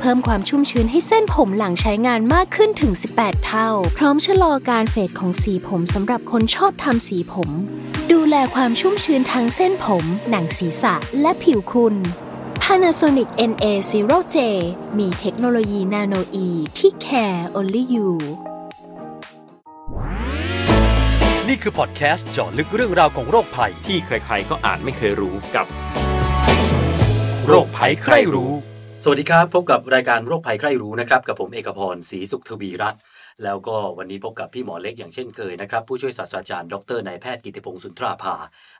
เพิ่มความชุ่มชื้นให้เส้นผมหลังใช้งานมากขึ้นถึง 18 เท่า พร้อมชะลอการเฟดของสีผมสำหรับคนชอบทำสีผม ดูแลความชุ่มชื้นทั้งเส้นผม หนังศีรษะและผิวคุณ Panasonic NA0J มีเทคโนโลยีนาโนอีที่ care only you นี่คือพอดแคสต์เจาะลึกเรื่องราวของโรคภัย ที่ใครๆก็อ่านไม่เคยรู้กับ โรคภัยใครรู้ สวัสดีครับ พบกับรายการโรคภัยใครรู้นะครับ กับผมเอกพรศรีสุขทวีรัตน์แล้วก็วันนี้พบกับพี่หมอเล็กอย่างเช่นเคยนะครับ ผู้ช่วยศาสตราจารย์ดรนายแพทย์กิติพงศ์สุนทราภา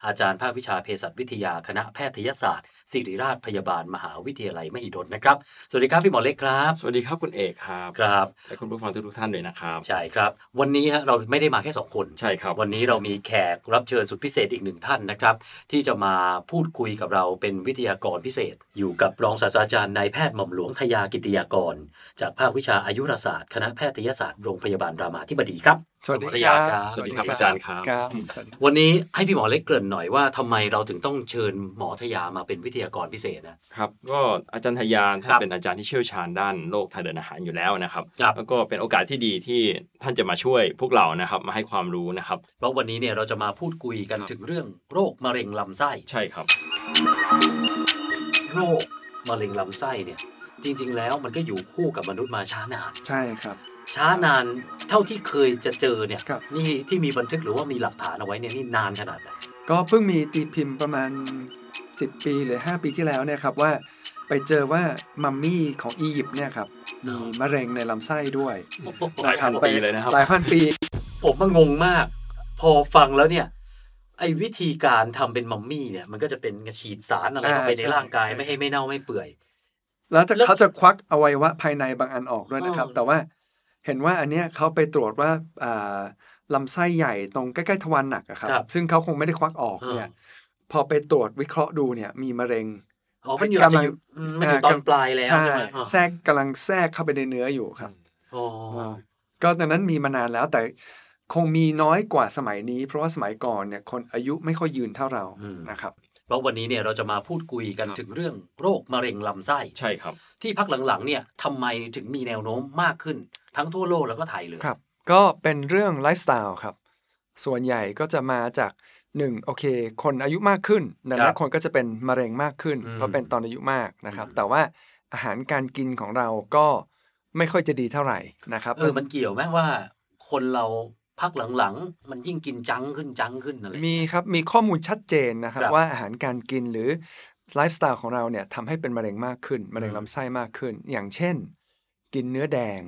อาจารย์ภาควิชาเภสัชวิทยาคณะแพทยศาสตร์ ศิริราชพยาบาลมหาวิทยาลัยมหิดลนะครับ สวัสดีครับพี่หมอเล็กครับ สวัสดีครับคุณเอกครับ ครับ และคุณผู้ฟังทุกๆท่านด้วยนะครับ ใช่ครับ วันนี้ฮะเราไม่ได้มาแค่สองคน ใช่ครับ วันนี้เรามีแขกรับเชิญสุดพิเศษอีกหนึ่งท่านนะครับ ที่จะมาพูดคุยกับเราเป็นวิทยากรพิเศษ อยู่กับรองศาสตราจารย์นายแพทย์หม่อมหลวงทยากิติยากร จากภาควิชาอายุรศาสตร์ คณะแพทยศาสตร์โรงพยาบาลรามาธิบดีครับ สวัสดีครับ ส ส วั วั ส ส ดี ดี ค ค รั รับ บอาจารย์ครับ ครับสวัสดี วันนี้ให้พี่หมอเล็กเกริ่นหน่อยว่าทำไมเราถึงต้องเชิญหมอทยามาเป็นวิทยากรพิเศษนะ ครับก็อาจารย์ทยาน ครั ท่าน บ เป็นอาจารย์ที่เชี่ยวชาญด้านโรคทางเดินอาหารอยู่แล้วนะครับ ครับ แล้วก็เป็นโอกาสที่ดีที่ท่านจะมาช่วยพวกเรานะครับ มาให้ความรู้นะครับ เพราะวันนี้เนี่ยเราจะมาพูดคุยกันถึงเรื่องโรคมะเร็งลำไส้ ใช่ครับ โรคมะเร็งลำไส้เนี่ยจริง ๆ แล้วมันก็อยู่คู่กับมนุษย์มาช้านาน ใช่ครับ ช้านานเท่าที่เคยจะเจอเนี่ย ครับ นี่ที่มีบันทึกหรือว่ามีหลักฐานเอาไว้เนี่ยนี่นานขนาดไหน ก็เพิ่งมีตีพิมพ์ประมาณ 10 ปีหรือ 5 ปีที่แล้วเนี่ยครับว่า ไปเจอว่ามัมมี่ของอียิปต์เนี่ยครับมีมะเร็งในลำไส้ด้วย หลายพันปีเลยนะครับ หลายพันปี ผมมันงงมาก พอฟังแล้วเนี่ย ไอ้วิธีการทำเป็นมัมมี่เนี่ย มันก็จะเป็นฉีดสารอะไร อ่า เข้าไปใน ใช่ ร่างกาย ใช่ ไม่ให้ไม่เน่าไม่เปื่อย แล้วจะ แล้ว เขาจะควักอวัยวะภายในบางอันออกด้วยนะครับ อ๋อ แต่ว่าเห็นว่าอันเนี้ยเขาไปตรวจว่าอ่าลำไส้ใหญ่ตรงใกล้ๆทวารหนักอะครับ ซึ่งเขาคงไม่ได้ควักออกเนี่ยพอไปตรวจวิเคราะห์ดูเนี่ยมีมะเร็ง อ๋อมันอยู่ กำลัจะงอยู่อืมมันอยู่ตอนปลายแล้ว ใช่ ใช่ไหมอ๋อ แทรกกำลังแทรกเข้าไปในเนื้ออยู่ครับ อ๋อ ก็ดังนั้นมีมานานแล้วแต่คงมีน้อยกว่าสมัยนี้ เพราะว่าสมัยก่อนเนี่ยคนอายุไม่ค่อยยืนเท่าเรานะครับ เพราะวันนี้เนี่ยเราจะมาพูดคุยกันถึงเรื่องโรคมะเร็งลำไส้ ใช่ครับ ที่พักหลังๆเนี่ยทำไมถึงมีแนวโน้มมากขึ้น ทั้งทั่วโลกแล้วก็ไทยเลย ครับก็เป็นเรื่องไลฟ์สไตล์ครับ ส่วนใหญ่ก็จะมาจากหนึ่งโอเค คนอายุมากขึ้นดัง ครั นั้ บ นคนก็จะเป็นมะเร็งมากขึ้น อืม เพราะเป็นตอนอายุมากนะครับ อืม แต่ว่าอาหารการกินของเราก็ไม่ค่อยจะดีเท่าไหร่นะครับ เออมันเกี่ยวไหมว่า คนเราพักหลังๆ มันยิ่งกินจังขึ้นจังขึ้นอะไร มีครับมีข้อมูลชัดเจนนะครับ ครับ ว่าอาหารการกินหรือไลฟ์สไตล์ของเราเนี่ยทำให้เป็นมะเร็งมากขึ้นมะเร็ง อืม ลำไส้มากขึ้น อย่างเช่น กินเนื้อแดง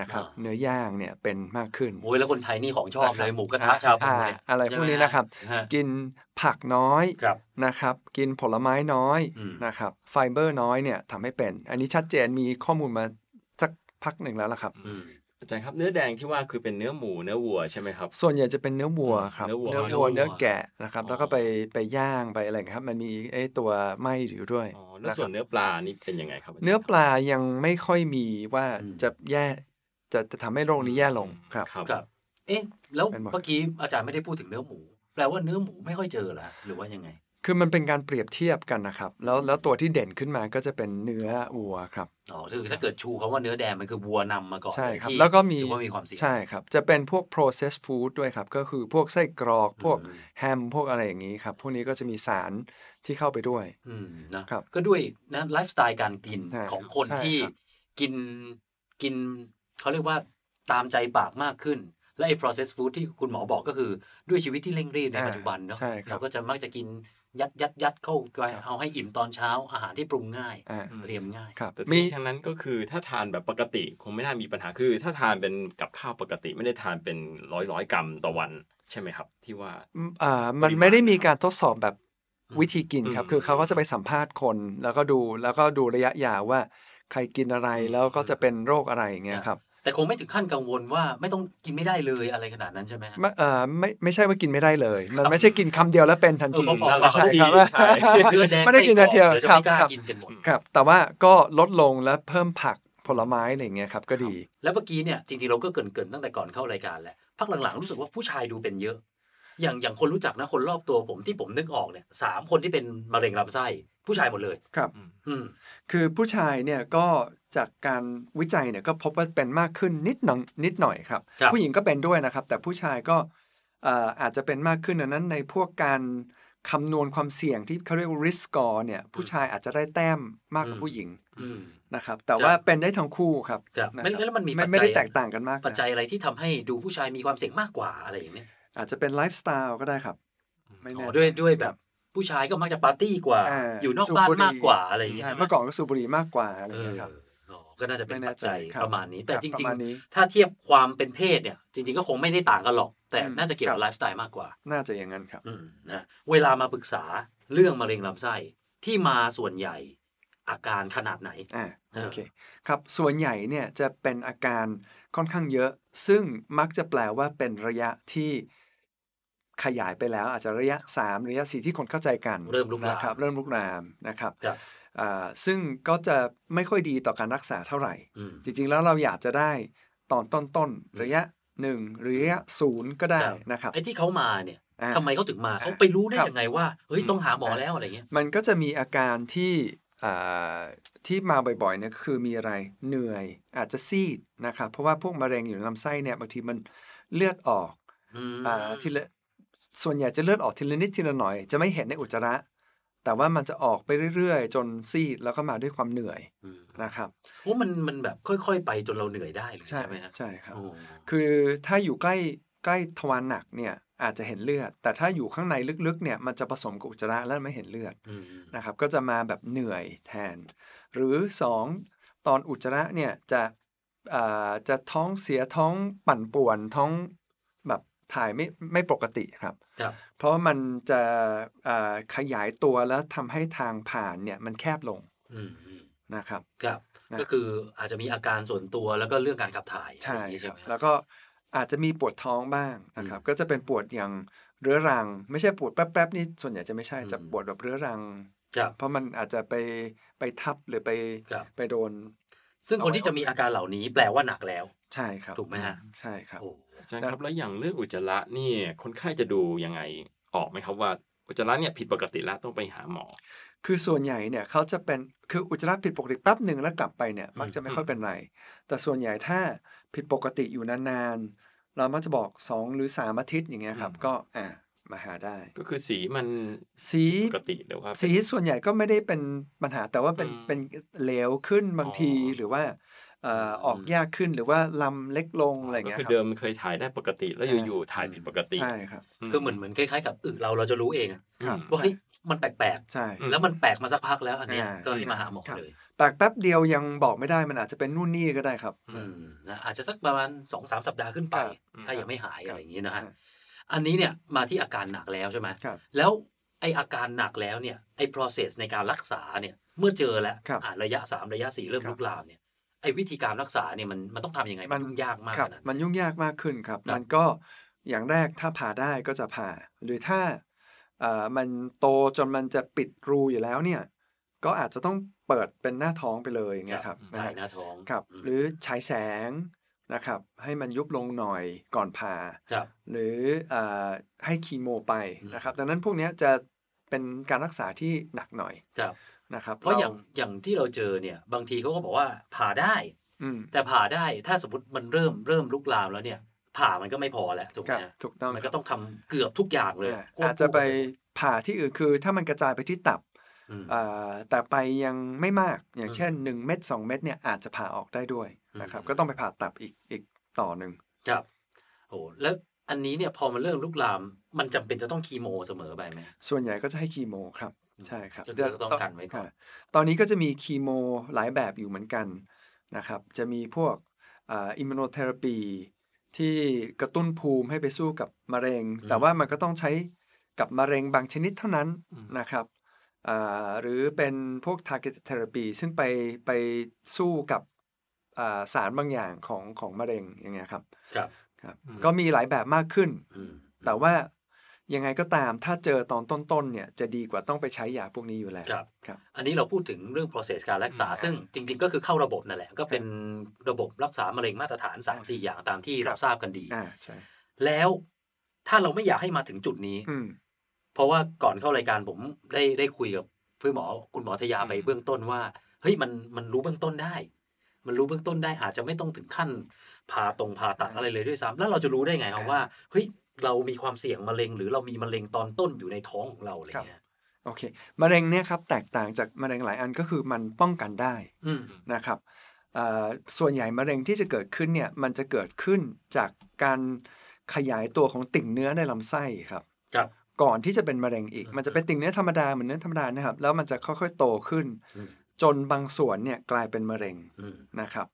นะครับ อ่า เนื้อย่างเนี่ยเป็นมากขึ้น โอ้ยแล้วคนไทยนี่ของชอบเลยหมูกระทะ อ่า ชาบูเนี่ย อ่าอะไร ใช่ พวหกม นี้นะครับ ฮะ กินผักน้อย ครับ นะครับกินผลไม้น้อย อืม นะครับไฟเบอร์น้อยเนี่ยทำให้เป็น อันนี้ชัดเจนมีข้อมูลมาสักพักหนึ่งแล้วล่ะครับ อืม อาจารย์ครับเนื้อแดงที่ว่าคือเป็นเนื้อหมูเนื้อวัวใช่ไหมครับ ส่วนใหญ่จะเป็นเนื้อวัวครับ เนื้อวัว เนื้ เนื้ อ อ วัว แกะนะครับแล้วก็ไปไปย่างไปอะไรอย่างเงี้ยครับมันมีไอ้ตัวไหมหรือด้วย อ๋อแล้ว ะครับ ส่วนเนื้อปลานี่เป็นยังไงครับาจารย์ เนื้อปลายังไม่ค่อยมีว่า อืม จะแย่จะจะทำให้โรคนี้แย่ลงครับ ครับ ครับ เอ๊ะ แล้ว เป็นหมด เมื่อกี้อาจารย์ไม่ได้พูดถึงเนื้อหมู แปลว่าเนื้อหมูไม่ค่อยเจอละหรือว่ายังไง คือมันเป็นการเปรียบเทียบกันนะครับ แล้วแล้วตัวที่เด่นขึ้นมาก็จะเป็นเนื้อวัวครับ อ๋อคือถ้าเกิดชูเขาว่าเนื้อแดงมันคือวัวนำมาก่อน ใช่ครับ ที่ แล้วก็มี ถือว่ามีความเสี่ยง ใช่ครับ จะเป็นพวก processed food ด้วยครับ ก็คือพวกไส้กรอกพวก อืม แฮมพวกอะไรอย่างนี้ครับ พวกนี้ก็จะมีสารที่เข้าไปด้วย อืมนะครับ ก็ด้วยนะไลฟ์สไตล์การกิน ใช่ ของคน ใช่ ที่ ครับ กินกินเขาเรียกว่าตามใจปากมากขึ้น และไอ้ processed food ที่คุณหมอบอกก็คือด้วยชีวิตที่เร่งรีบใน อ่า ปัจจุบันเนาะ ใช่ครับ เราก็จะมักจะกินยัดยัดยัดเข้าไป ครับ เอาให้อิ่มตอนเช้าอาหารที่ปรุงง่าย อ่า เตรียมง่าย ครับ แต่ มี มีทั้งนั้นก็คือถ้าทานแบบปกติคงไม่น่ามีปัญหาคือ ถ้าทานเป็นกับข้าวปกติไม่ได้ทานเป็นร้อยร้อยกรัมต่อวัน ใช่ไหมครับ ที่ว่า อ่ามัน ปริมาณ ไม่ได้มีการทดสอบแบบ อืม วิธีกินครับ อืม คือเขาก็จะไปสัมภาษณ์คน แล้วก็ดูแล้วก็ดูระยะยาวว่า ใครกินอะไรแล้วก็จะเป็นโรคอะไรอย่างเงี้ยครับ แต่คงไม่ถึงขั้นกังวลว่าไม่ต้องกินไม่ได้เลยอะไรขนาดนั้นใช่ไหมฮะ ไม่เอ่อไม่ไม่ใช่ว่ากินไม่ได้เลย มันไม่ใช่กินคำเดียวแล้วเป็นทันที เออผมบอก ใช่ครับ ใช่ เลือแดง ไม่ได้กินทันที ส้รอกดี๋ยวจะ ครับ ไม่กล้า ครับ กินกันหมด ครับ แต่ว่าก็ลดลงและเพิ่มผักผลไม้อะไรอย่างเงี้ยครับก็ดี แล้วเมื่อกี้เนี่ยจริงๆเราก็เกรินๆตั้งแต่ก่อนเข้ารายการแหละพักหลังๆรู้สึกว่าผู้ชายดูเป็นเยอะ อย่างอย่างคนรู้จักนะคนรอบตัวผมที่ผมนึกออกเนี่ยสามคนที่เป็นมะเร็งลำไส้ผู้ชายหมดเลย ครับ อืม คือผู้ชายเนี่ยก็จากการวิจัยเนี่ยก็พบว่าเป็นมากขึ้นนิดหน่อยนิดหน่อยครับ ครับ ผู้หญิงก็เป็นด้วยนะครับ แต่ผู้ชายก็เอ่ออาจจะเป็นมากขึ้นดังนั้นในพวกการคำนวณความเสี่ยงที่เขาเรียกว่า risk score เนี่ยผู้ชายอาจจะได้แต้มมากกว่าผู้หญิง อืม นะครับ แต่ว่าเป็นได้ทั้งคู่ครับ ครับ ะค ไม่ รับ แล้วมันมีปัจจัย ไม่ได้แตกต่างกันมากนะ ปัจจัยอะไรที่ทำให้ดูผู้ชายมีความเสี่ยงมากกว่าอะไรอย่างเนี้ย อาจจะเป็นไลฟ์สไตล์ก็ได้ครับไม่ อ๋อแน่ใจ ด้วยด้วย ค แบ รั บผู้ชายก็มักจะปาร์ตี้กว่า อ่า อยู่นอก สูบ บ้าน บุหรี่ มากกว่าอะไรอย่างเงี้ย ใช่ ใช่ไหม เมื่อก่อนก็สูบบุหรี่มากกว่าอะไรอ เอย่าง อ เงี้ยครับ อ๋อก็น่าจะเป็น ไม่แน่ ปัจจัย ใจครับ ประมาณนี้ แต่ ครับ จ ป ริง ระมาณนี้ ๆ ถ้าเทียบความเป็นเพศเนี่ย จริง ๆก็คงไม่ได้ต่างกันหรอก แต่ อืม น่าจะเกี่ยวกับ ครับ ไลฟ์สไตล์มากกว่า น่าจะอย่างนั้นครับ อืมนะเวลามาปรึกษาเรื่องมะเร็งลำไส้ที่มาส่วนใหญ่อาการขนาดไหน อ่า เออ โอเคครับส่วนใหญ่เนี่ยจะเป็นอาการค่อนข้างเยอะ ซึ่งมักจะแปลว่าเป็นระยะที่ขยายไปแล้ว อาจจะระยะ 3 ระยะ 4 ที่คนเข้าใจกัน เริ่มลุกลา นะครับ ม เริ่มลุกลามนะครับ ครับ อ่าซึ่งก็จะไม่ค่อยดีต่อการรักษาเท่าไหร่ อืม จริงๆแล้วเราอยากจะได้ตอนต้นๆระยะ 1 หรือระยะศูนย์ก็ได้ ครับ นะครับ ไอ้ที่เขามาเนี่ย อ่า ทำไมเขาถึงมา อ่ะ เขาไปรู้ได้ ครับ ยังไงว่าเฮ้ย อืม ต้องหาหมอแล้วอะไรเงี้ย มันก็จะมีอาการที่อ่าที่มาบ่อยๆเนี่ยคือมีอะไรเหนื่อยอาจจะซีดนะครับ เพราะว่าพวกมะเร็งอยู่ในลำไส้เนี่ยบางทีมันเลือดออก อืม อ่าทีละส่วนใหญ่จะเลือดออกทีละนิดทีละหน่อย จะไม่เห็นในอุจจาระ แต่ว่ามันจะออกไปเรื่อยๆ จนซีดแล้วก็มาด้วยความเหนื่อย อืม นะครับ โอ้มันมันแบบค่อย ๆ ไปจนเราเหนื่อยได้เลยใช่ไหมฮะ ใช่ครับ โอ้ คือถ้าอยู่ใกล้ใกล้ทวารหนักเนี่ยอาจจะเห็นเลือด แต่ถ้าอยู่ข้างในลึกๆเนี่ยมันจะผสมกับอุจจาระแล้วไม่เห็นเลือด อืม นะครับก็จะมาแบบเหนื่อยแทน หรือ 2 ตอนอุจจาระเนี่ยจะเอ่อจะท้องเสียท้องปั่นป่วนท้องแบบถ่ายไม่ไม่ปกติครับ ครับ เพราะว่ามันจะเอ่อขยายตัวแล้วทำให้ทางผ่านเนี่ยมันแคบลง อืมอืม นะครับ ครับ นะ ก็คืออาจจะมีอาการส่วนตัวแล้วก็เรื่องการขับถ่าย ใช่ อะไรอย่างงี้ ค ใช่ รับ ไหม แล้วก็อาจจะมีปวดท้องบ้างนะครับ ก็จะเป็นปวดอย่างเรื้อรัง ไม่ใช่ปวดแป๊บๆนี่ส่วนใหญ่จะไม่ใช่จะปวดแบบเรื้อรัง ครับ เพราะมันอาจจะไปไปทับหรือไป ครับ ไปโดน ซึ่งคนที่จะมีอาการเหล่านี้แปลว่าหนักแล้ว ใช่ครับ ถูกไหมฮะ ใช่ครับ โอ้ อาจารย์ครับแล้วอย่างเรื่องอุจจาระนี่คนไข้จะดูยังไงออกไหมครับว่าอุจจาระเนี่ยผิดปกติแล้วต้องไปหาหมอ คือส่วนใหญ่เนี่ยเขาจะเป็นคืออุจจาระผิดปกติแป๊บหนึ่งแล้วกลับไปเนี่ยมักจะไม่ค่อยเป็นไร แต่ส่วนใหญ่ถ้าผิดปกติอยู่นานๆ เรามักจะบอก 2 หรือ 3 อาทิตย์อย่างเงี้ยครับ อืม ก็อ่ามาหาได้ ก็คือสีมัน สี ปกติหรือว่าเป็น สีส่วนใหญ่ก็ไม่ได้เป็นปัญหาแต่ว่าเป็น อืม เป็นเหลวขึ้นบางที อ๋อ หรือว่าเอ่ออออกยากขึ้นหรือว่าลำเล็กลงอะไรอย่าง ก็ เงี้ย คือ ครั เดิม บ เคยถ่ายได้ปกติ แล้ว อ่า อยู่ๆถ่ายผิดปกติ ใช่ครับ ก็เหมือนเหมือนคล้ายๆกับอึเราเราจะรู้เองอะ ครับ ว่าเฮ้ยมันแปลกๆ ใช่ อืม แล้วมันแปลกมาสักพักแล้วอันเนี้ย อ่า ก็ให้มาหาหมอ ครับ เลย แปลกแป๊บเดียวยังบอกไม่ได้มันอาจจะเป็นนู่นนี่ก็ได้ครับ อืม อืมนะอาจจะสักประมาณ2อสสัปดาห์ขึ้นไป ครับ ถ้ายังไม่หาย ครับ อะไรอย่างนี้นะฮะ ครับ อันนี้เนี่ยมาที่อาการหนักแล้วใช่ไหม ครับ แล้วไออาการหนักแล้วเนี่ยไอ process ในการรักษาเนี่ยเมื่อเจอแล้ว ครับ อ่ะระยะ 3 ระยะ 4 เริ่ม ครับ ลุกลามเนี่ยไอวิธีการรักษาเนี่ยมันมันต้องทำยังไงมันยุ่งยากมาก ครับ ขนาด มั นั้น นยุ่งยากมากขึ้นครับ ครับ มันก็อย่างแรกถ้าผ่าได้ก็จะผ่า หรือถ้าเอ่อมันโตจนมันจะปิดรูอยู่แล้วเนี่ย ก็อาจจะต้องเปิดเป็นหน้าท้องไปเลยอย่างเงี้ยครับนะ ถ่า ฮะ ยหน้าท้อง ครับ อืม หรือฉายแสงนะครับ ให้มันยุบลงหน่อยก่อนผ่า ครับ หรือเออให้คีโมไปนะครับ ดังนั้นพวกเนี้ยจะเป็นการรักษาที่หนักหน่อย ครับ นะครับ เพราะอย่าง เ อย่างที่เราเจอเนี่ยบางทีเขาก็บอกว่าผ่าได้ อืม แต่ผ่าได้ถ้าสมมติมันเริ่มเริ่มลุกลามแล้วเนี่ย ผ่ามันก็ไม่พอแล้วถูกไห ค ม รับ ฮะ ถูกต้อง มัน ค ก็ รับ ต้องทำเกือบทุกอย่างเลย อ่า ควบคู่ อาจจะไปผ่าที่อื่นคือถ้ามันกระจายไปที่ตับ อืม เอ่อแต่ไปยังไม่มากอย่าง อืม เช่น 1 เม็ด2 เม็ดเนี่ยอาจจะผ่าออกได้ด้วยนะครับ อืม ก็ต้องไปผ่าตับอีกอีกต่อหนึ่ง ครับโอ้แล้วอันนี้เนี่ยพอมันเริ่มลุกลาม มันจำเป็นจะต้องคีโมเสมอไปไหม ส่วนใหญ่ก็จะให้คีโมครับ ใช่ครับ ก็คือต้องกันไว้ก่อน าตอนนี้ก็จะมีคีโมหลายแบบอยู่เหมือนกันนะครับจะมีพวกอิมมูโนเทอราปีที่กระตุ้นภูมิให้ไปสู้กับมะเร็ง แต่ว่ามันก็ต้องใช้กับมะเร็งบางชนิดเท่านั้น อืม นะครับอ่าหรือเป็นพวก targeted therapy ซึ่งไปไปสู้กับ อ่าสารบางอย่างของของมะเร็งอย่างเงี้ยครับ ครับ ครับ อืม ก็มีหลายแบบมากขึ้น อืม แต่ว่ายังไงก็ตามถ้าเจอตอนต้นๆเนี่ยจะดีกว่าต้องไปใช้ยาพวกนี้อยู่แล้ว ครับ ครับ อันนี้เราพูดถึงเรื่อง process การรักษา ซึ่งจริง ๆ ก็คือเข้าระบบนั่นแหละ ก็เป็นระบบรักษามะเร็งมาตรฐาน 3 4 อย่างตามที่เราทราบกันดี อ่าใช่ แล้วถ้าเราไม่อยากให้มาถึงจุดนี้ อืม เพราะว่าก่อนเข้ารายการผมได้ได้คุยกับพี่หมอคุณหมอทยาไปเบื้องต้นว่าเฮ้ยมันมันรู้เบื้องต้นได้ มันรู้เบื้องต้นได้อาจจะไม่ต้องถึงขั้นผ่าตรงผ่าตัดอะไรเลยด้วยซ้ำแล้วเราจะรู้ได้ไงครับว่าเฮ้ยเรามีความเสี่ยงมะเร็ง หรือเรามีมะเร็งตอนต้นอยู่ในท้องของเราอะไรเงี้ย โอเคมะเร็งเนี่ยครับแตกต่างจากมะเร็งหลายอันก็คือมันป้องกันได้ อืม นะครับเอ่อส่วนใหญ่มะเร็งที่จะเกิดขึ้นเนี่ยมันจะเกิดขึ้นจากการขยายตัวของติ่งเนื้อในลำไส้ครับ ครับ ก่อนที่จะเป็นมะเร็งอีก มันจะเป็นติ่งเนื้อธรรมดาเหมือนเนื้อธรรมดานะครับแล้วมันจะค่อยๆโตขึ้น อืม จนบางส่วนเนี่ยกลายเป็นมะเร็ง อืม นะครับ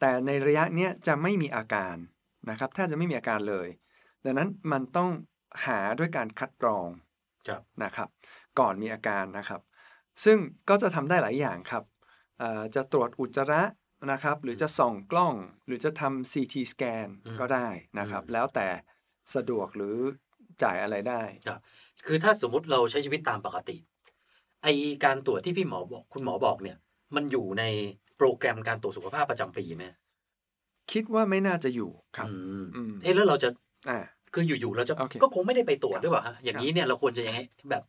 แต่ในระยะเนี้ยจะไม่มีอาการนะครับแทบจะไม่มีอาการเลย ดังนั้นมันต้องหาด้วยการคัดกรอง ครับ นะครับก่อนมีอาการนะครับ ซึ่งก็จะทำได้หลายอย่างครับเอ่อจะตรวจอุจจาระนะครับ หรือจะส่องกล้อง หรือจะทำ CT สแกน อืม ก็ได้นะครับ อืม แล้วแต่สะดวกหรือจ่ายอะไรได้ คือถ้าสมมติเราใช้ชีวิตตามปกติ ไอการตรวจที่พี่หมอบอกคุณหมอบอกเนี่ย มันอยู่ในโปรแกรมการตรวจสุขภาพประจำปีไหม คิดว่าไม่น่าจะอยู่ครับ อืม อืม เอ๊ะแล้วเราจะ อ่า คืออยู่ๆเราจะ โอเค ก็คงไม่ได้ไปตรวจ ครับ หรือเปล่าฮะอย่างนี้เนี่ยเราควรจะยังไงแบบ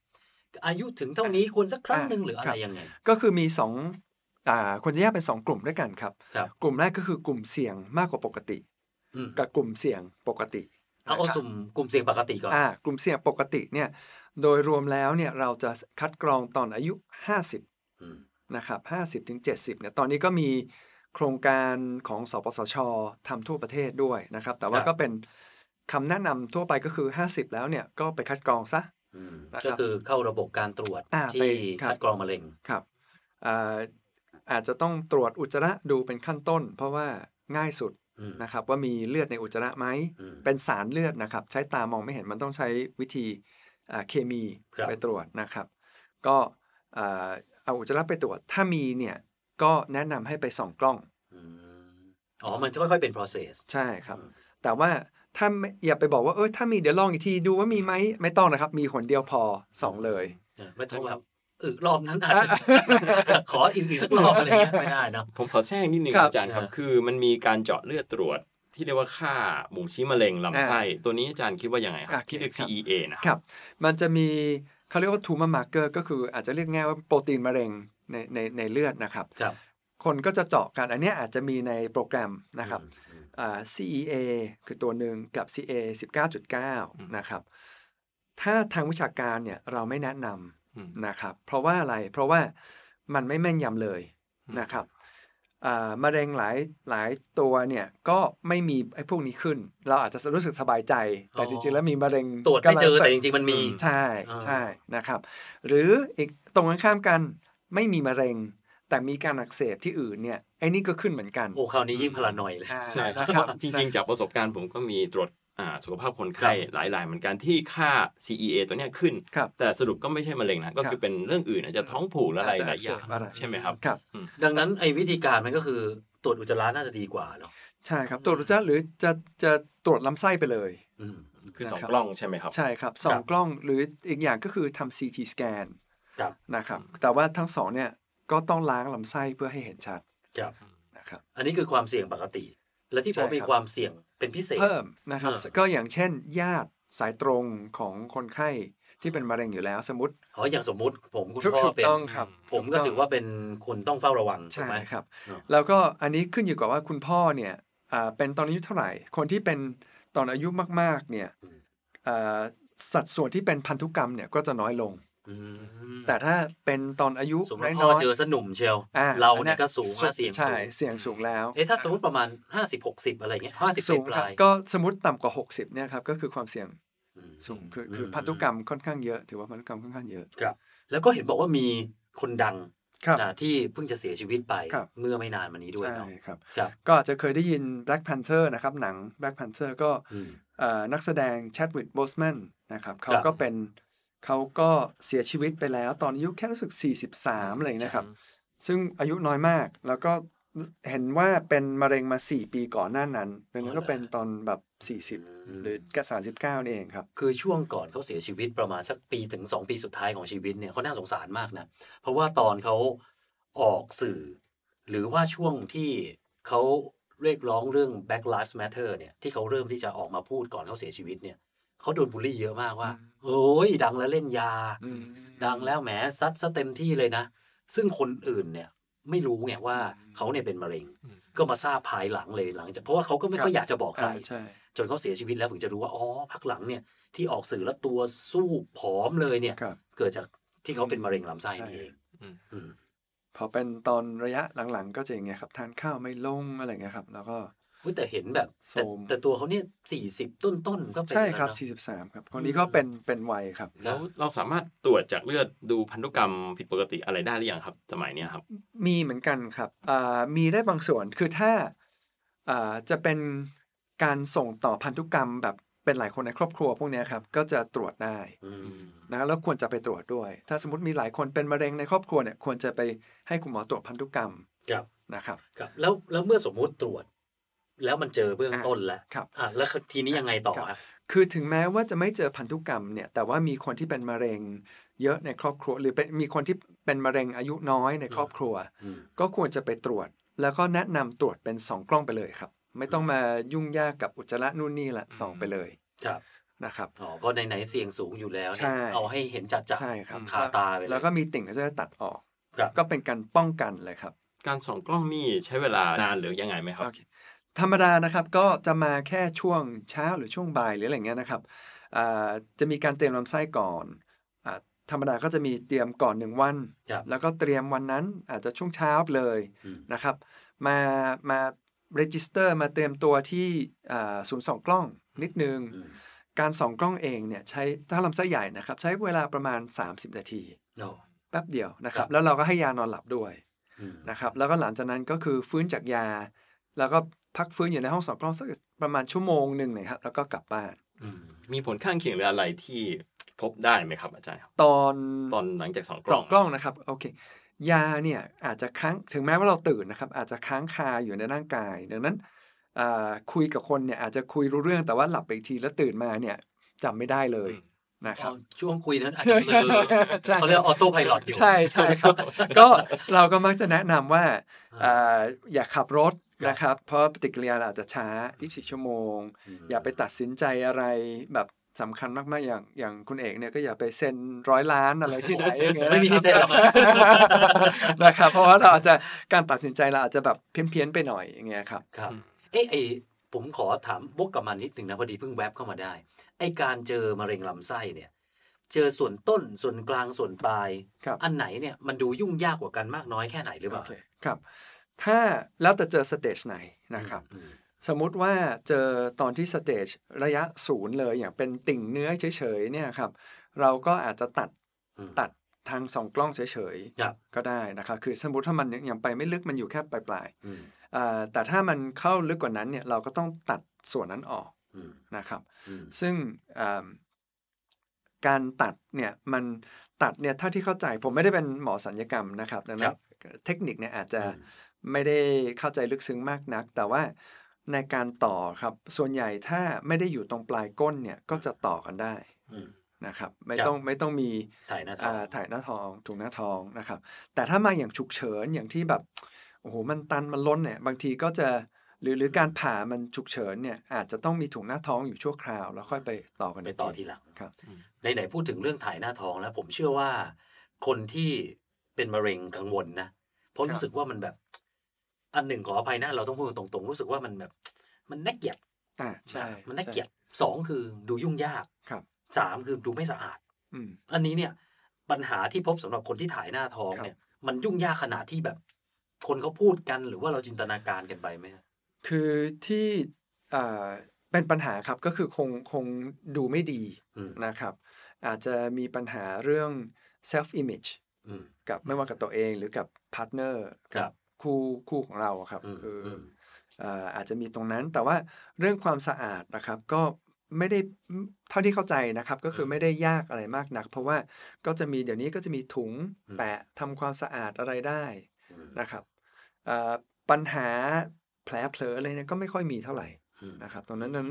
อายุถึงเท่านี้ควรสักครั้งหนึ่งหรืออะ ครั ไร บ ยังไง ก็คือมีสองอ่าคนจะแยกเป็นสองกลุ่มด้วยกันครับ ครับ กลุ่มแรกก็คือกลุ่มเสี่ยงมากกว่าปกติ อืม กับกลุ่มเสี่ยงปกติ เอาเอา นะครับ สุ่มกลุ่มเสี่ยงปกติก่อน อ่ากลุ่มเสี่ยงปกติเนี่ยโดยรวมแล้วเนี่ยเราจะคัดกรองตอนอายุ 50 อืม นะครับ50ถึง70เนี่ยตอนนี้ก็มีโครงการของสปสชทำทั่วประเทศด้วยนะครับ แต่ว่าก็เป็นคำแนะนำทั่วไปก็คือ 50 แล้วเนี่ยก็ไปคัดกรองซะ อืม นะครับ ก็คือเข้าระบบการตรวจ อ่า ที่ ไปครับ คัดกรองมะเร็ง ครับอ่าอาจจะต้องตรวจอุจจาระดูเป็นขั้นต้น เพราะว่าง่ายสุด อืม นะครับว่ามีเลือดในอุจจาระไหม อืม เป็นสารเลือดนะครับ ใช้ตามองไม่เห็นมันต้องใช้วิธีอ่าเคมี ครับ ไปตรวจนะครับ ก็อ่าเอาอุจจาระไปตรวจถ้ามีเนี่ยก็แนะนำให้ไปส่องกล้อง อืมอ๋อ มันค่อยๆเป็น process ใช่ครับ แต่ว่าถ้าไม่อย่าไปบอกว่าเอยถ้ามีเดี๋ยวลองอีกทีดูว่ามีไหมไม่ต้องนะครับ มีคนเดียวพอส่องเลย อ่ะไม่ต้องแบบเออรอบนั้นอาจจะ ขออีกอีกสักรอบอะไรเงี้ยไม่ได้เนาะ ผมขอแทรกนิดนึง ครับ อาจารย์ครับ อ่า คือมันมีการเจาะเลือดตรวจที่เรียกว่าค่าหมู่ชี้มะเร็งลำไส้ ตัวนี้อาจารย์คิดว่ายังไงครั อ่ะ บที่เรียก ครับ CEA นะค ครับ รับ มันจะมีเขาเรียกว่าทูมามาร์เกอร์ก็คืออาจจะเรียกง่ายว่าโปรตีนมะเร็งในในในเลือดนะครับ ครับ คนก็จะเจาะกันอันเนี้ยอาจจะมีในโปรแกรมนะครับ อืม อ่า CEA คือตัวหนึ่งกับ CA ม 19.9 นะครับ ถ้าทางวิชาการเนี่ยเราไม่แนะน อืม ำนะครับ เพราะว่าอะไร เพราะว่ามันไม่แม่นยำเลย อืม นะครับอ่ามะเร็งหลายหลายตัวเนี่ยก็ไม่มีไอ้พวกนี้ขึ้น เราอาจจะรู้สึกสบายใจ แต่จริงๆแล้วมีมะเร็ง ตรวจไม่เจอก ำลั แต่จริงๆมันมี ใช่ อ่า ใช่นะครับ หรืออีกตรงกันข้ามกันไม่มีมะเร็ง แต่มีการอักเสบที่อื่นเนี่ยไอ้นี่ก็ขึ้นเหมือนกัน โอ้คราวนี้ยิ่งพลานอยเลย อ่า ใช่ นะ ค ค รั รั บบ จริงๆ จากประสบการณ์ผมก็มีตรวจอ่าสุขภาพคนไข้หลายรายเหมือนกันที่ค่า CEA ตัวเนี้ยขึ้น ครับ แต่สรุปก็ไม่ใช่มะเร็งนะก็ ครั คือบ เป็นเรื่องอื่นอาจจะท้องผูกและอะไร อาจจะ หลายอย่าง อักเสบอะไร ใช่ไหมครับ ครับ ดังนั้นไอ้วิธีการมันก็คือตรวจอุจจาระน่าจะดีกว่าเนาะ ใช่ครับตรวจอุจจาระหรือจะจะตรวจลำไส้ไปเลย อืม คือสอง นะครับ กล้องใช่ไหมครับ ใช่ครับสอ ครั ง บ กล้องหรืออีกอย่างก็คือทำ CT สแกน ครับ นะครับแต่ว่าทั้งสองเนี่ยก็ต้องล้างลำไส้เพื่อให้เห็นชัด ครับ นะครับ อันนี้คือความเสี่ยงปกติ และที่ผม ใช่ครับ มีความเสี่ยงเป็นพิเศษ เพิ่มนะครับ เออ ก็อย่างเช่น ญาติสายตรงของคนไข้ที่เป็นมะเร็งอยู่แล้วสมมติ อ๋ออย่างสมมุติผมคุณ ถูก พ่อ ถูก เป็น ต้องครับ ผมก็ถือว่าเป็นคนต้องเฝ้าระวังถูก ใช่ ไหม ครับ เออ แล้วก็อันนี้ขึ้นอยู่กับว่าคุณพ่อเนี่ยอ่าเป็นตอนอายุเท่าไหร่ คนที่เป็นตอนอายุมากๆเนี่ยอ่าสัดส่วนที่เป็นพันธุกรรมเนี่ยก็จะน้อยลง อืม แต่ถ้าเป็นตอนอายุ สมม น้ ติ อย พ่อเจอสนุ่มเชียว ๆอ่ เราเนี่ยก็สูงนะเสี่ยงสู ใช่ ง เสี่ยงสูงแล้ว เอ๊ะถ้าสมมติประมาณ 50 60 อะไรเงี้ยห้าสิบ สูง ป ครับ ลาย ก็สมมติต่ำกว่า 60เนี่ยครับก็คือความเสี่ยง อืม สูงคือ อืม คือพันธุกรรมค่อนข้างเยอะ ถือว่าพันธุกรรมค่อนข้างเยอะ แล้วก็เห็นบอกว่ามีคนดัง ครับ นะที่เพิ่งจะเสียชีวิตไป ครับ เมื่อไม่นานมานี้ด้วย ใช่ เนาะ ครับ ครับ ก็อาจจะเคยได้ยิน Black Panther นะครับหนัง Black Panther ก็ อืม เอ่อนักแสดง Chadwick Boseman นะครับเขา ครับ ก็เป็นเขาก็เสียชีวิตไปแล้วตอนอายุแค่รู้สึก 43อะไรอย่างเงี้ยนะครับ ซึ่งอายุน้อยมากแล้วก็ เห็นว่าเป็นมะเร็งมา 4 ปีก่อนหน้านั้นดังนั้ อ๋อนเหรอ ก็เป็นตอนแบบ 40 หรือก็39นี่เองครับ คือช่วงก่อนเขาเสียชีวิตประมาณสักปีถึง 2 ปีสุดท้ายของชีวิตเนี่ยเขาน่าสงสารมากนะ เพราะว่าตอนเขาออกสื่อ หรือว่าช่วงที่เขาเรียกร้องเรื่อง Black Lives Matter เนี่ยที่เขาเริ่มที่จะออกมาพูดก่อนเขาเสียชีวิตเนี่ยเขาโดนบูลลี่เยอะมากว่า โอ้ยดังแล้วเล่นยา ดังแล้วแหมซัดซะเต็มที่เลยนะ ซึ่งคนอื่นเนี่ยไม่รู้ไงว่าเขาเนี่ยเป็นมะเร็ง อืม ก็มาทราบภายหลังเลยหลังจากเพราะว่าเขาก็ไม่ค่อย ครับ อยากจะบอกใคร อ่าใช่ จนเขาเสียชีวิตแล้วถึงจะรู้ว่า อ๋อพักหลังเนี่ยที่ออกสื่อแล้วตัวสู้ผอมเลยเนี่ย ครับ เกิดจากที่เขาเป็นมะเร็งลำไส้นี่เอง อืม อืม พอเป็นตอนระยะหลังๆ ก็จะอย่างเงี้ยครับ ทานข้าวไม่ลงอะไรเงี้ยครับ แล้วก็ อุ๊ยแต่เห็นแบบแต่ โทรม แต่ตัวเขาเนี่ยสี่สิบต้นต้นๆก็เป็น ใช่ แล้วนะครับ 43 ครับคนนี้ก็เป็นเป็นวัยครับ แล้วเราสามารถตรวจจากเลือดดูพันธุกรรมผิดปกติอะไรได้หรือยังครับ สมัยเนี้ยครับ มีเหมือนกันครับอ่ามีได้บางส่วน คือถ้าอ่าจะเป็นการส่งต่อพันธุกรรมแบบเป็นหลายคนในครอบครัวพวกเนี้ยครับ ก็จะตรวจได้ อืม นะแล้วควรจะไปตรวจด้วย ถ้าสมมติมีหลายคนเป็นมะเร็งในครอบครัวเนี่ย ควรจะไปให้คุณหมอตรวจพันธุกรรม ครับ นะครับ ครับแล้วแล้วเมื่อสมมุติตรวจ แล้วมันเจอเบื้องต้นแล้ว ครับ อ่ะแล้วทีนี้ยังไงต่อครับ คือถึงแม้ว่าจะไม่เจอพันธุกรรมเนี่ย แต่ว่ามีคนที่เป็นมะเร็งเยอะในครอบครัว หรือเป็นมีคนที่เป็นมะเร็งอายุน้อยในครอบครัว อืม ก็ควรจะไปตรวจ แล้วก็แนะนำตรวจเป็น 2 กล้องไปเลยครับ ไม่ต้องมายุ่งยากกับอุจจาระนู่นนี่ละส่องไปเลย ครับ นะครับ อ๋อเพราะไหนๆเสี่ยงสูงอยู่แล้วเนี่ย ใช่ เอาให้เห็นจัดจัด ใช่ครับ คาตาไป แล้ เล วย แล้วก็มีติ่งก็จะได้ตัดออก ครับ ก็เป็นการป้องกันเลยครับ การส่องกล้องนี่ใช้เวลานานหรือยังไงไหมครับ โอเคธรรมดานะครับก็จะมาแค่ช่วงเช้าหรือช่วงบ่ายหรืออะไรเงี้ยนะครับอ่าจะมีการเตรียมลำไส้ก่อนอ่าธรรมดาก็จะมีเตรียมก่อนหนึ่งวัน ครับ แล้วก็เตรียมวันนั้นอาจจะช่วงเช้าเลย อืม นะครับ มามา register มาเตรียมตัวที่อ่าศูนย์สองกล้องนิดนึง อืม การส่องกล้องเองเนี่ยใช้ถ้าลำไส้ใหญ่นะครับ ใช้เวลาประมาณ 30 นาที โอ้ แป๊บเดียวนะค ครั รับ บ แล้วเราก็ให้ยานอนหลับด้วย อืม นะครับแล้วก็หลังจากนั้นก็คือฟื้นจากยา แล้วก็พักฟื้นอยู่ในห้องสองกล้องสักประมาณชั่วโมงหนึ่งนะครับแล้วก็กลับบ้าน อืม มีผลข้างเคียงหรืออะไรที่พบได้ไหมครับอาจารย์ครับ ตอน ตอนหลังจากส่องก ส ล้ อ อง ง กล้องนะครับโอเคยาเนี่ยอาจจะค้างถึงแม้ว่าเราตื่นนะครับอาจจะค้างคาอยู่ในร่างกาย ดังนั้นอ่าคุยกับคนเนี่ยอาจจะคุยรู้เรื่องแต่ว่าหลับไปอีกทีแล้วตื่นมาเนี่ยจำไม่ได้เลยนะค อ๋ รั อบ ช่วงคุยนั้นอาจจะเบลอ ใช่ เขาเรียกออโต้ไพลอตอยู่ ใช่ใช่ครับ ก็เราก็มักจะแนะนำว่าเอ่ออย่าขับรถนะครับ เพราะปฏิกิริยาเราอาจจะช้า 24 ชั่วโมง อย่าไปตัดสินใจอะไรแบบสำคัญมากๆอย่างอย่างคุณเอกเนี่ยก็อย่าไปเซ็นร้อยล้านอะไรที่ไหนอย่างเงี้ย ไม่มีที่เซ็นหรอก นะครับ เพราะว่าเราอาจจะการตัดสินใจเราอาจจะแบบเพี้ยนๆไปหน่อยอย่างเงี้ยครับ ครับ เอ้ไอผมขอถามวกกลับมานิดหนึ่งนะพอดีเพิ่งแวบเข้ามาได้ ไอการเจอมะเร็งลำไส้เนี่ย เจอส่วนต้นส่วนกลางส่วนปลาย ครับ อันไหนเนี่ยมันดูยุ่งยากกว่ากันมากน้อยแค่ไหนหรือเป โอ ล่า เคครับ ถ้าแล้วแต่เจอสเตจไหนนะครับ อืม สมมุติว่าเจอตอนที่สเตจระยะศูนย์เลยอย่างเป็นติ่งเนื้อเฉยๆเนี่ยครับเราก็อาจจะตัด อืม ตัดทางสองกล้องเฉย ครับ ก็ได้นะครับคือสมมติถ้ามันยังยังไปไม่ลึกมันอยู่แค่ปลาย อืม ๆอ่าแต่ถ้ามันเข้าลึกกว่านั้นเนี่ยเราก็ต้องตัดส่วนนั้นออก อืม นะครับ อืม ซึ่งอ่าการตัดเนี่ยมันตัดเนี่ยเท่าที่เข้าใจผมไม่ได้เป็นหมอสัญญกรรมนะครับดังนั้นเทคนิคเนี่ยอาจจะ ไม่ได้เข้าใจลึกซึ้งมากนัก แต่ว่าในการต่อครับส่วนใหญ่ถ้าไม่ได้อยู่ตรงปลายก้นเนี่ยก็จะต่อกันได้ อืม นะครับ ไม่ ครับ ต้องไม่ต้องมี ถ่ายหน้าท้อ อ่าง ถ่ายหน้าท้องถุงหน้าท้องนะครับ แต่ถ้ามาอย่างฉุกเฉินอย่างที่แบบโอ้โหมันตันมันล้นเนี่ยบางทีก็จะหรือหรือการผ่ามันฉุกเฉินเนี่ยอาจจะต้องมีถุงหน้าท้องอยู่ชั่วคราว แล้วค่อยไปต่อกัน ไป ก ต่อทีหลัง ครับ ไหนๆพูดถึงเรื่องถ่ายหน้าท้องแล้ว ผมเชื่อว่าคนที่เป็นมะเร็งกังวลนะเพราะ ครับ รู้สึกว่ามันแบบ อันหนึ่งขออภัยนะเราต้องพูดตรงๆรู้สึกว่ามันแบบ มันน่าเกลียด อ่าใช่ มันน่าเกลียดสองคือดูยุ่งยาก ครับ สามคือดูไม่สะอาด อืม อันนี้เนี่ย ปัญหาที่พบสำหรับคนที่ถ่ายหน้าท้อง ครับ เนี่ย มันยุ่งยากขนาดที่แบบ คนเขาพูดกันหรือว่าเราจินตนาการกันไปไหมฮะ คือที่อ่าเป็นปัญหาครับก็คือคงคงดูไม่ดี อืม นะครับอาจจะมีปัญหาเรื่อง self image อืม กับไม่ว่ากับตัวเองหรือกับพาร์ทเนอร์ ครั กับ คู่คู่ของเราอะครับ อืม เออ อืม เอ่ออาจจะมีตรงนั้นแต่ว่าเรื่องความสะอาดนะครับก็ไม่ได้เท่าที่เข้าใจนะครับ ก็คือไม่ได้ยากอะไรมากนัก เพราะว่าก็จะมีเดี๋ยวนี้ก็จะมีถุงแปะทำความสะอาดอะไรได้ อืม นะครับเอ่อ ปัญหาแผลเผลออะไรเนี่ยก็ไม่ค่อยมีเท่าไหร่ อืม นะครับตรงนั้นนั้น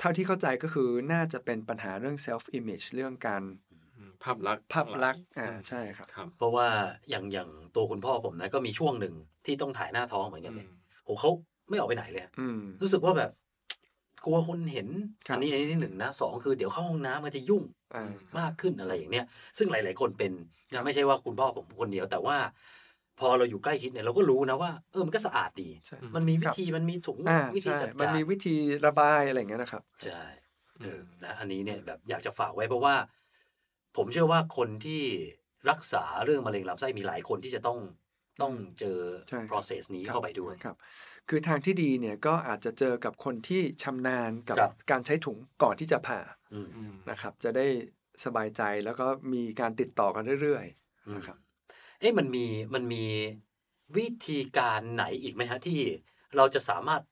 เท่าที่เข้าใจก็คือน่าจะเป็นปัญหาเรื่อง self image เรื่องการ อืมภาพลักษณ์ ภาพลักษณ์อ่าใช่ครับ ครับ เพราะว่าอย่างอย่างตัวคุณพ่อผมนะก็มีช่วงหนึ่งที่ต้องถ่ายหน้าท้องเหมือนกันเนี่ยโหเขาไม่ออกไปไหนเลยอะ อืม รู้สึกว่าแบบ กลัวคนเห็น ครับ อันนี้อันนี้ที่หนึ่งนะสองคือเดี๋ยวเข้าห้องน้ำมันจะยุ่ง อ่า มากขึ้นอะไรอย่างเนี้ยซึ่งหลาย ๆ คนเป็นนะไม่ใช่ว่าคุณพ่อผมคนเดียว แต่ว่า พอเราอยู่ใกล้ชิดเนี่ยเราก็รู้นะว่าเออมันก็สะอาดดี ใช่ มันมีวิธีมันมีถุง อ่า วิธี ใช่ จัดการ มันมีวิธีระบายอะไรอย่างเงี้ยนะครับ ใช่เออนะอันนี้เนี่ยแบบอยากจะฝากไว้เพราะว่า ผมเชื่อว่าคนที่รักษาเรื่องมะเร็งลำไส้มีหลายคนที่จะต้องต้องเจอ ใช่ครับ process นี้เข้าไปด้วย ครับ คือทางที่ดีเนี่ยก็อาจจะเจอกับคนที่ชำนาญกับ ครับ การใช้ถุงก่อนที่จะผ่า อืม อืม นะครับ จะได้สบายใจแล้วก็มีการติดต่อกันเรื่อย อืม ครับ เอ๊ะมันมีมันมีวิธีการไหนอีกไหมฮะที่เราจะสามารถ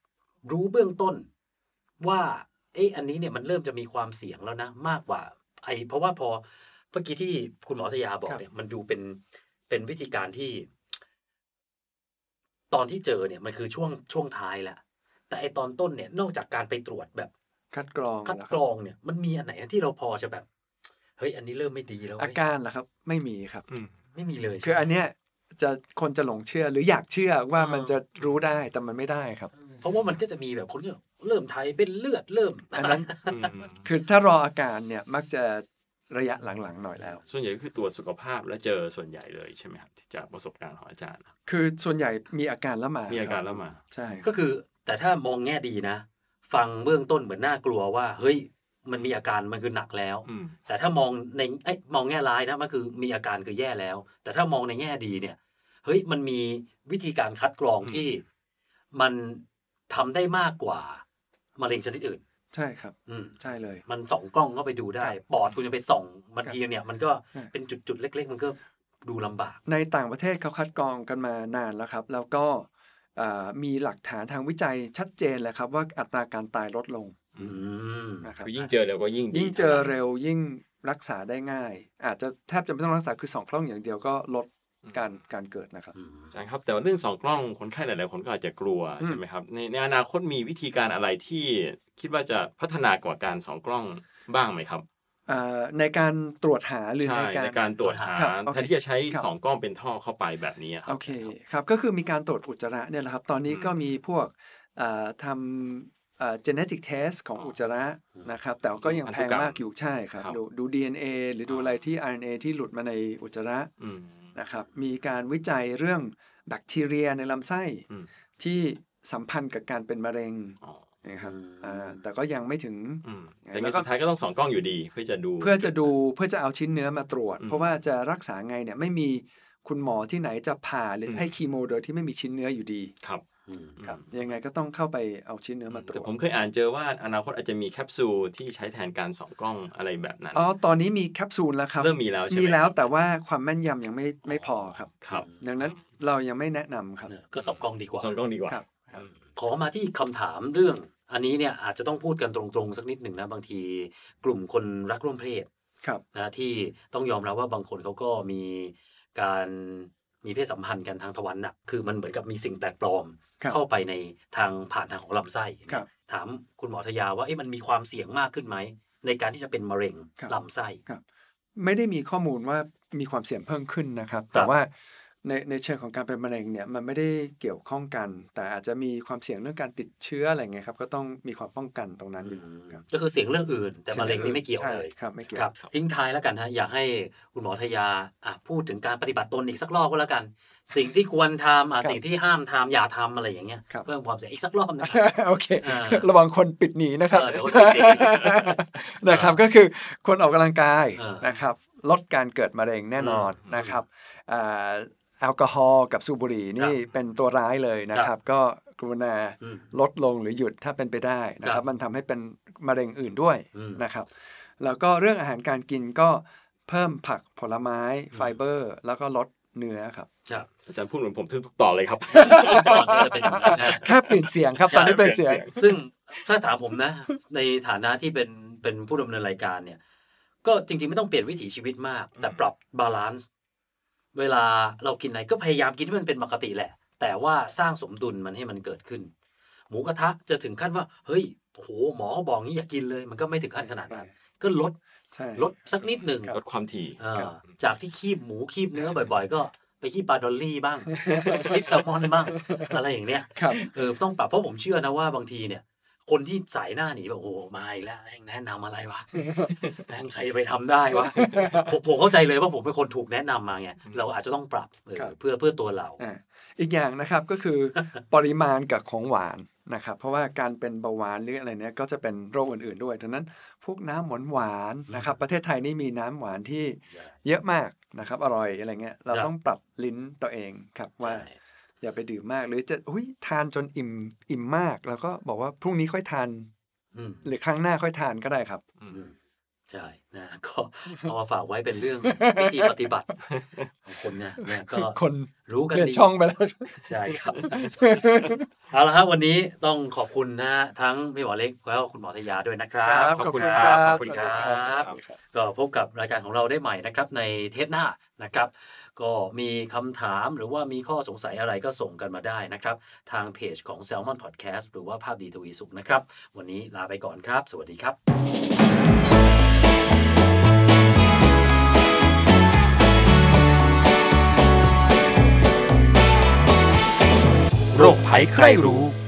รู้เบื้องต้น ว่าเอ๊ะอันนี้เนี่ยมันเริ่มจะมีความเสี่ยงแล้วนะ มากกว่า ไอเพราะว่าพอเมื่อกี้ที่คุณหมอทยาบอกเนี่ย มันดูเป็นเป็นวิธีการที่ ตอนที่เจอเนี่ยมันคือช่วงช่วงท้ายแหละแต่ไอตอนต้นเนี่ยนอกจากการไปตรวจแบบ ๆ คัดกรอง คัด นะค ก รั ร บ องเนี่ย มันมีอันไหนที่เราพอจะแบบเฮ้ยอันนี้เริ่มไม่ดีแล้วเว้ย อาการล่ะครับ ไม่มีครับ อืม ไม่มีเลยใช่ไหม คืออันเนี้ยจะคนจะหลงเชื่อหรืออยากเชื่อว่า อ่ามั มันจะรู้ได้แต่มันไม่ได้ครับ เพราะว่ามันก็จะมีแบบคนที่เริ่มไทยเป็นเลือดเริ่ม อันนั้น คือถ้ารออาการเนี่ยมักจะระยะหลังๆหน่อยแล้ว ส่วนใหญ่ก็คือตรวจสุขภาพและเจอส่วนใหญ่เลยใช่ไหมครับที่จากประสบการณ์ของอาจารย์ คือส่วนใหญ่มีอาการแล้วมา มี มี อาการแล้วมา ใช่ครับ ก็คือแต่ถ้ามองแง่ดีนะ ฟังเบื้องต้นเหมือนน่ากลัวว่า เฮ้ย มันมีอาการมันคือหนักแล้ว อืม แต่ถ้ามองในเอ้ยมองแง่ร้ายนะมันคือมีอาการคือแย่แล้ว แต่ถ้ามองในแง่ดีเนี่ย เฮ้ยมันมีวิธีการคัดกรอง อืม ที่มันทำได้มากกว่ามะเร็งชนิดอื่น ใช่ครับ อืม ใช่เลย มันส่องกล้องเข้าไปดูได้ ครับ ปอดคุณจะไปส่องบางทีเนี่ย มันก็ อ่า เป็นจุดๆเล็ก ๆ มันก็ดูลำบาก ในต่างประเทศเขาคัดกรองกันมานานแล้วครับ แล้วก็เอ่อมีหลักฐานทางวิจัยชัดเจนเลยครับ ว่าอัตราการตายลดลง อืม นะครับ คือยิ่งเจอเร็วก็ยิ่งดี ยิ่งเจอเร็วยิ่งรักษาได้ง่าย อาจจะแทบจะไม่ต้องรักษาคือสองกล้องอย่างเดียวก็ลดการการเกิดนะครับ อาจารย์ครับ แต่ว่าเรื่องสองกล้องคนไข้หลาย ๆ คนก็อาจจะกลัว อืม ใช่ไหมครับในในอนาคตมีวิธีการอะไรที่คิดว่าจะพัฒนากว่าการสองกล้องบ้างไหมครับ เอ่อในการตรวจหาหรือ ใช่ ในการ ในการตรวจหา ครับโอเค แทนที่จะใช้ ครับ สองกล้องเป็นท่อเข้าไปแบบนี้ครับ โอเคครับก็คือมีการตรวจอุจจาระเนี่ยแหละครับ ตอนนี้ อืม ก็มีพวกเอ่อทำเอ่อ genetic test ของ อ๋ออุ อุจจาระนะครับ แต่ก็ยัง พัน แพ ธุ ง กรรม มากอยู่ใช่ครับ ครับ ดูดู DNA หรือดู อ๋ออ อะไรที่ RNA ที่หลุดมาในอุจจาระ อืม นะครับ มีการวิจัยเรื่องแบคทีเรียในลำไส้ อืม ที่สัมพันธ์กับการเป็นมะเร็ง อ๋อ นะครับ อืม อ่าแต่ก็ยังไม่ถึง อืม ไง แต่ แล้ ใน วก็ สุดท้ายก็ต้องสองกล้องอยู่ดี เพื่อจะดู เพื่อจะดูเพื่อจะเอาชิ้นเนื้อมาตรวจ อืม เพราะว่าจะรักษาไงเนี่ยไม่มีคุณหมอที่ไหนจะผ่าหรืออ ม ให้คีโมโดยที่ไม่มีชิ้นเนื้ออยู่ดี ครับ อืม ครับยังไงก็ต้องเข้าไปเอาชิ้นเนื้อมาตร แต่ วจ ผมเคยอ่านเจอว่าอนาคตอาจจะมีแคปซูลที่ใช้แทนการสองกล้องอะไรแบบนั้น อ๋อตอนนี้มีแคปซูลแล้วครับ เริ่มมีแล้วใช่ไหม มีแล้วแต่ว่าความแม่นยำยังไม่ไม่พอครับ ครับ ดังนั้นเรายังไม่แนะนำครับ เออก็สอบกล้องดีกว่า สองกล้องดีกว่า ครับ ขอมาที่คำถามเรื่อง อันนี้เนี่ยอาจจะต้องพูดกันตรงๆ สักนิดหนึ่งนะ บางทีกลุ่มคนรักร่วมเพศ ครับ นะที่ต้องยอมรับว่าบางคนเขาก็มีการมีเพศสัมพันธ์กันทางทวารหนัก คือมันเหมือนกับมีสิ่งแปลกปลอม ครับ เข้าไปในทางผ่านทางของลำไส้ ครับ ถามคุณหมอทยาว่าเอ๊ะมันมีความเสี่ยงมากขึ้นไหม ในการที่จะเป็นมะเร็ง ครับ ลำไส้ ไม่ได้มีข้อมูลว่ามีความเสี่ยงเพิ่มขึ้นนะครับ แต่ว่าในในเชิงของการเป็นมะเร็งเนี่ยมันไม่ได้เกี่ยวข้องกัน แต่อาจจะมีความเสี่ยงเรื่องการติดเชื้ออะไรเงี้ยครับก็ต้องมีความป้องกันตรงนั้นอยู่ครับ ก็คือเสียงเรื่องอื่น แต่มะเร็งนี่ไม่เกี่ยว ใช่ เลย ครับไม่เกี่ย ครับ ว ทิ้งท้ายแล้วกันฮะอยากให้คุณหมอทยาอ่ะพูดถึงการปฏิบัติตนอีกสักรอบก็แล้วกัน สิ่งที่ควรทำอ่ะ ครับ สิ่งที่ห้ามทำอย่าทำอะไรอย่างเงี้ย ครับ เพิ่มความเสี่ยงอีกสักรอบ นะครับ โอเค อ่า ระวังคนปิดหนีนะครับ เออเดี๋ยวคนปิดหนี นะครับก็คือคนออกกำลังกาย เออ นะครับ ลดการเกิดมะเร็งแน่นอนนะครับอ่าแอลกอฮอล์กับสูบบุหรี่นี่เป็นตัวร้ายเลยนะครับ ก็กรุณา อืม ลดลงหรือหยุดถ้าเป็นไปได้นะค ครั รั บบ มันทำให้เป็นมะเร็งอื่นด้วย อืม นะครับ แล้วก็เรื่องอาหารการกินก็เพิ่มผักผลไม้ไฟเบอร์ แล้วก็ลดเนื้อครับ ครับ อาจารย์พูดเหมือนผมทุกๆต่อเลยครับ ก่อนที่จะเป็นอย่างนั้นนะ แค่เปลี่ยนเสียงครับตอนนี้เปลี่ยนเสียง ซึ่งถ้าถามผมนะ ในฐานะที่เป็นเป็นผู้ดำเนินรายการเนี่ย ก็จริงๆไม่ต้องเปลี่ยนวิถีชีวิตมาก แต่ปรับบาลานซ์เวลาเรากินอะไรก็พยายามกินที่มันเป็นปกติแหละ แต่ว่าสร้างสมดุลมันให้มันเกิดขึ้น หมูกระทะจะถึงขั้นว่า เฮ้ยโอ้โหหมอเขาบอกงี้อย่ากินเลย มันก็ไม่ถึงขั้นขนาดนั้น ก็ลด ใช่ ลดสักนิดหนึ่ง ครับ ลดความถี่ อ่าจากที่คีบหมูคีบเนื้อบ่อย ๆ ก็ไปคีบปลาดอลลี่ บ้าง คีบแซลมอนบ้าง อะไรอย่างเนี้ย ครับ เออต้องปรับเพราะผมเชื่อนะว่าบางทีเนี่ย คนที่สายหน้าหนีแบบโอ้โหมาอีกแล้วแม่งแนะนำอะไร วะ แม่งใครจะไปทำได้วะ ผมผมเข้าใจเลยว่าผมเป็นคนถูกแนะนำมาไงเราอาจจะต้องปรับเออ ครับ เพื่อเพื่อตัวเรา อ่าอีกอย่างนะครับก็ คือ ปริมาณกับของหวานนะครับ เพราะว่าการเป็นเบาหวานหรืออะไรเนี้ยก็จะเป็นโรคอื่นๆด้วยดังนั้นพวกน้ำหวานหวานๆนะครับ ประเทศไทยนี่มีน้ำหวานที่เยอะมากนะครับ อร่อยอะไรเงี้ยเรา ครับ ต้องปรับลิ้นตัวเองครับว่า ใช่ อย่าไปดื่มมากหรือจะอุ้ยทานจนอิ่มอิ่มมาก แล้วก็บอกว่าพรุ่งนี้ค่อยทาน อืม หรือครั้งหน้าค่อยทานก็ได้ครับ อืม อืมใช่นะ ก็เอามาฝากไว้เป็น เรื่องวิธีปฏิบัติของคนเนี่ยเนี่ยก็ คน รู้กัน เปลี่ยน ดี ช่องไปแล้ว ใช่ครับ เอาละครับวันนี้ต้องขอบคุณนะฮะทั้งพี่หมอเล็กแล้วก็คุณหมอทยาด้วยนะครับ ครับ ขอบคุณ ขอบ ค คุณครั รับ บขสวัอบคุณครัสดีครับ บ ก็พบกับรายการของเราได้ใหม่นะครับในเทปหน้านะครับ ก็มีคำถามหรือว่ามีข้อสงสัยอะไรก็ส่งกันมาได้นะครับ ทางเพจของ Salmon Podcast หรือว่าภาพดีทวีสุขนะครับ วันนี้ลาไปก่อนครับ สวัสดีครับ โรคภัยใครรู้